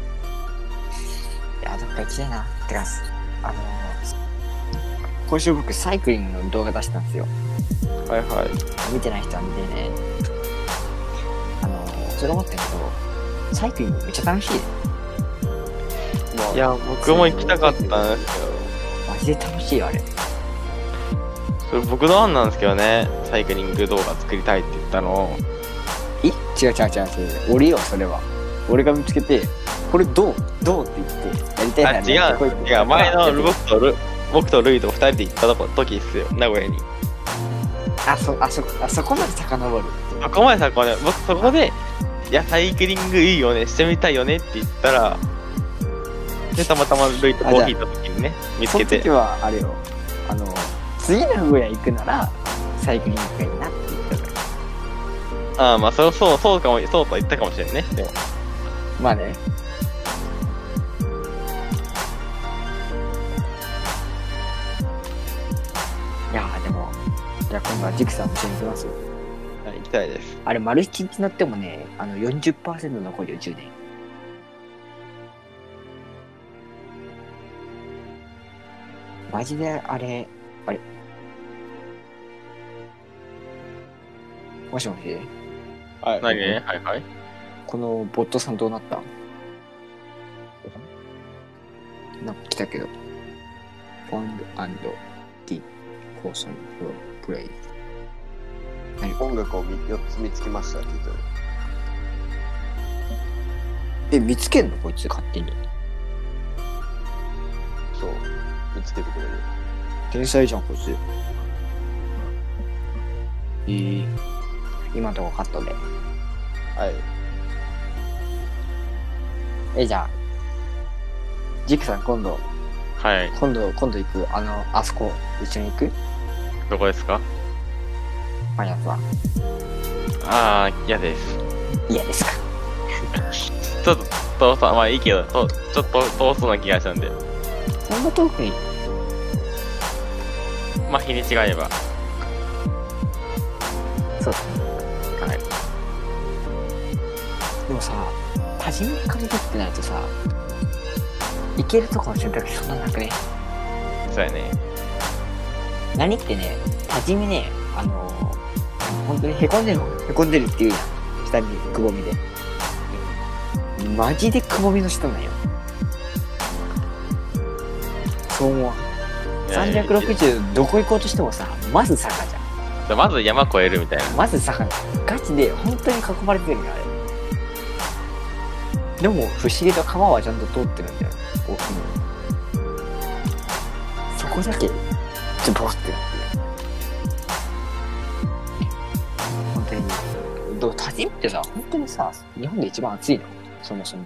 A: いやどっか行きたいなてかあのー今週僕サイクリングの動画出したんですよ
B: はいはい。
A: 見てない人は見てねあのーそれ思ったけどサイクリングめっちゃ楽しい
D: まあ、
B: いや、僕も行きたかったんですけど。
A: マジで楽しいよあれ
B: それ僕の案なんですけどね、サイクリング動画作りたいって言ったの。
A: え違う違う違う違う俺よそれは俺が見つけてこれどうどうって言ってやりたいな
B: あ、
A: らやっ
B: 違、
A: てこいう
B: 違う、前の僕とル、僕とルイと二人で行ったとこ時っすよ、名古屋に。
A: あそあそあそこまで遡る
B: そこまでさ、これ、僕そこで、いや、サイクリングいいよね、してみたいよねって言ったら、で、たまたまルイとコーヒー行った時にね、見つ
A: そ
B: け
A: の
B: て
A: 時。はあれよあの次の名古屋行くならサイクリングがいいなって言ったから
B: ああ、まあ、そう、そう、そうかも、そうとは言ったかもしれんね。でも、
A: まあねいやーでもじゃあ今度はジクさんも一緒に行きます
B: はい、行きたいです。
A: あれ丸一日乗ってもねあの40%残るよ充電マジであれ、あれ。もしもし
D: はい。
B: 何はいはい。
A: このボットさんどうなったなんか来たけど。Found and the person for play.
D: 音楽を4つ見つけましたって言ってる
A: え、見つけんのこいつ勝手に。
D: そう。見つけてくれる。
A: 天才じゃん、こいつ。えー、今のとこカットで。
D: はい。
A: え、じゃあ、ジクさん今度、
B: はい。
A: 今度、今度行く、あの、あそこ、一緒に行く
B: どこですか
A: パン屋さん。
B: ああ、嫌です。
A: 嫌ですか。
B: ちょっと遠そう、まあいいけど、とちょっと遠そうな気がしたんで。
A: そんな遠くに
B: まあ日にちが合えば。
A: そう
B: だ。はい。
A: でもさ、多人間にとってないとさ、行けるとこの選択肢そんななくね。
B: そうやね。
A: 何ってね、多人にね、あのー、本当に凹んでる、凹んでるっていうじゃん。下にくぼみで。マジでくぼみの下なんよ。そう思う。
B: いやいや
A: 360どこ行こうとしてもさ、まず坂じゃん。
B: まず山越えるみたいな。
A: まずさ、ガチで本当に囲まれてるんだあれ。でも、不思議と川はちゃんと通ってるんだよ。大きいのにそこだけ、ズボってなってる。本当に。でも、多治見ってさ、本当にさ、日本で一番暑いのそもそも。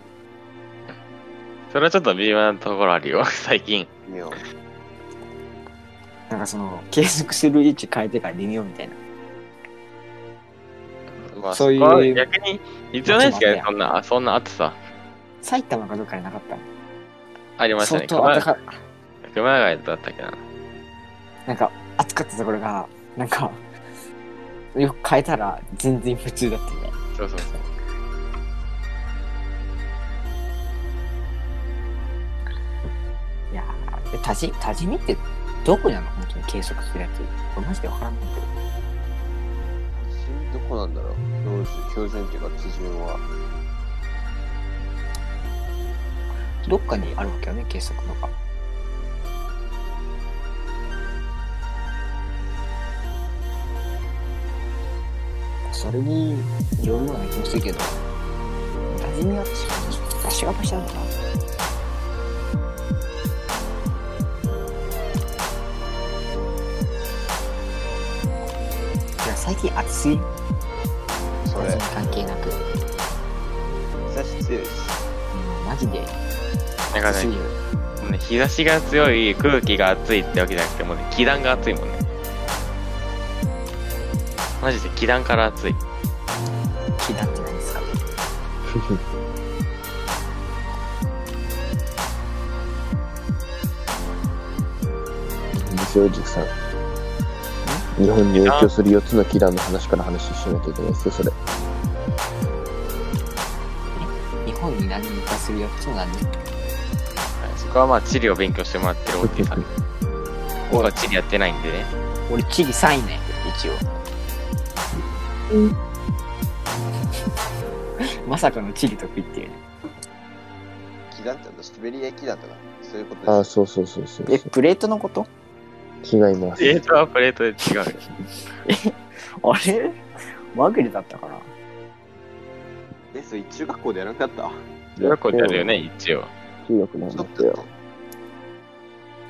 B: それはちょっと微妙なところあるよ、最近。
D: 見よ
A: なんかその、継続する位置変えてから微妙みたいな。
B: まあ、
A: そういう
B: こは逆に必要ないですけどね、
A: も
B: そんな、あそんな暑さ。
A: 埼玉かどっかになかった
B: ありました
A: 相
B: ね。
A: 当
B: 熊
A: 暖
B: 谷
A: か、
B: 熊谷だったっけな。
A: なんか、暑かったところが、なんか、よく変えたら全然普通だったよね。
B: そうそうそう。
A: いやー、で多治多治見ってどこなの本当に計測するやつ。これマジでわからんないけど。
D: う。どこなんだろう標準標準っていうか基準は。
A: どっかにあるわけよね、計測とか。それによるような気もするけど、多治見は確かに場所が場所だな。いや最近暑すぎる
D: それ
A: 別に。関係なく、
D: 日差し強いし。
A: うん、マジで
B: なんか
A: 暑すぎ
B: ね、
A: る
B: もうね日差しが強い、空気が暑いってわけじゃなくて、もうね、気団が暑いもんね。マジで気団から暑い。
A: 気になってないですかね。
C: 西尾塾さん。日本に影響する4つの祈願の話から話ししなきゃいけないですよ、それ。
A: 日本に何に化する4つの何
B: はいそこはまあ地理を勉強してもらってる OT さんに。僕は地理やってないんでね。
A: 俺チリ3位ね一応 まさかのチリ得意っていうね
D: 気団ってあのシベリア気団とか、そういうことです。
C: ああ、そうそうそうそう
A: えプレートのこと
C: そう。違います。
B: プレートはプレートで違うよ。
A: あれまぐれだったかな
D: え、それ中学校でやらなかった
B: 中学校ってあるよね、一応。
C: 中学なんですよ。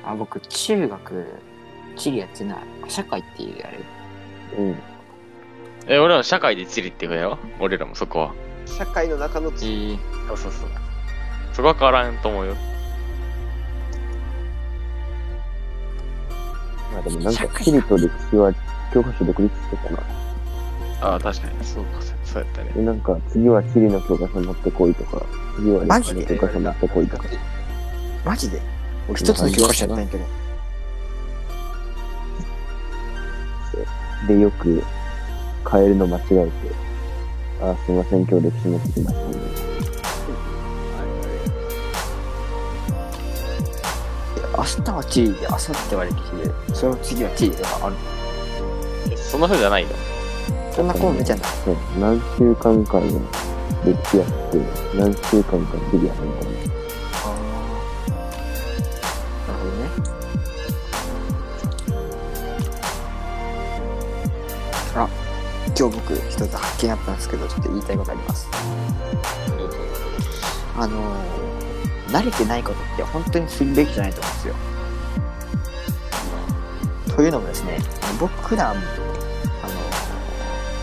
A: あ僕中学チリやってない社会っていうあれ
C: うん。
B: え、俺らの社会で地理って言うよ。俺らもそこは。
D: 社会の中の地
A: え
B: そうそうそう。そこは変わらんと思うよ。
C: まあでもなんか、地理と歴史は教科書独立してたな。
B: ああ、確かに。そうか、そうやったね。
C: で、なんか、次は地理の教科書持ってこいとか、次は
A: マジ
C: 理
A: で
C: 科の教科書持ってこいとか。
A: マジで俺
C: 一つの教科書やったん
A: いけど
C: で、よく、変えるの間違えて、あー、すいません、今日歴史持ってきましたね。
A: あ日は T で、明後日は歴史で、その次は T とかある。
B: えそんな風じゃないよ。
A: そんなコンビじゃない。
C: そう何週間かに歴史やって、何週間かにリアみたいな。
A: なるほどね。あ、今日僕一つ発見あったんですけど、ちょっと言いたいことあります。あのー慣れてないことって本当にするべきじゃないと思うんですよ。というのもですね、あの僕普段、あのー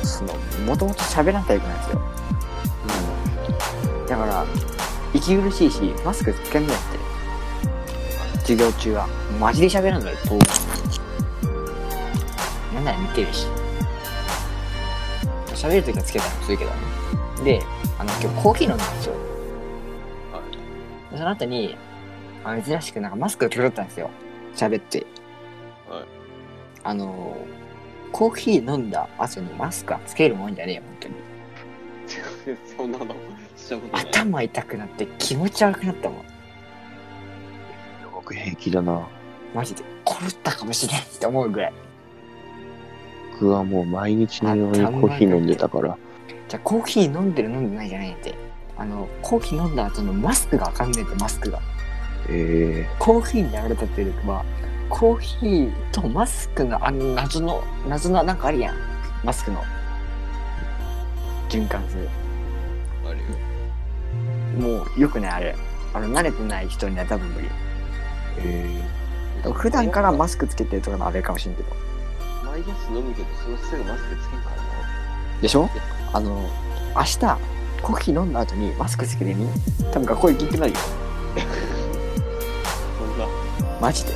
A: その、もともと喋らんタイプなんですよ。だから、息苦しいし、マスクつけんのやって。授業中は。マジで喋らんのよ、遠くなんなら見てるし。喋るときはつけたりもするけどね。で、あの、今日コーヒー飲んだんですよ。でその後に、あ珍しくなんかマスクを取り取ったんですよ。喋って。
D: はい
A: あのー、コーヒー飲んだ後にマスクはつけるもんじゃねえよ、本当に。
D: そんなのしたことない。
A: 頭痛くなって気持ち悪くなったもん。
C: 僕平気だな。
A: マジで。殺ったかもしれんって思うぐらい。
C: 僕はもう毎日のようにコーヒー飲んでたから、
A: じゃあコーヒー飲んでる飲んでないじゃないって。あの、コーヒー飲んだ後のマスクがあかんねえって、マスクが。
C: え
A: コーヒーに流れたっていうよりは、コーヒーとマスクのあの謎の、謎のなんかあるやん。マスクの。循環する。
D: あるよ
A: もうよくね、あれ。あの、慣れてない人には多分無理。
C: ー、え
A: 普段からマスクつけてるとかのあれかもしれんけど。
D: 毎朝飲むけど、そのすぐマスクつけんからな。
A: でしょあの、明日、コーヒー飲んだ後にマスクつけてみ多分学校行きにくくなるよ。
D: そんな。
A: マジで。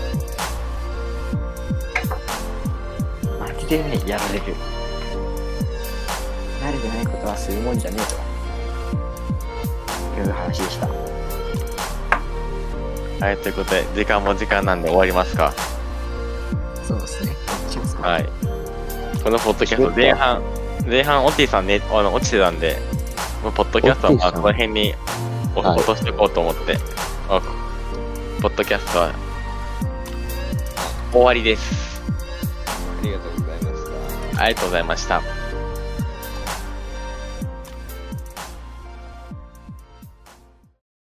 A: マジでね、やられる。慣れてないことはするもんじゃねえと。いう話でした。
B: はい、ということで、時間も時間なんで終わりますか。
A: そうですね。あ違うんですか
B: はい。このポッドキャスト、前半、前半、オッティさんね、あの、落ちてたんで、もうポッドキャストはまあ
C: オッティさ
B: こ
C: ん
B: の辺にお
C: はい
B: 落としておこうと思って、あポッドキャストは終わりです。
D: ありがとうございました。
B: ありがとうございました。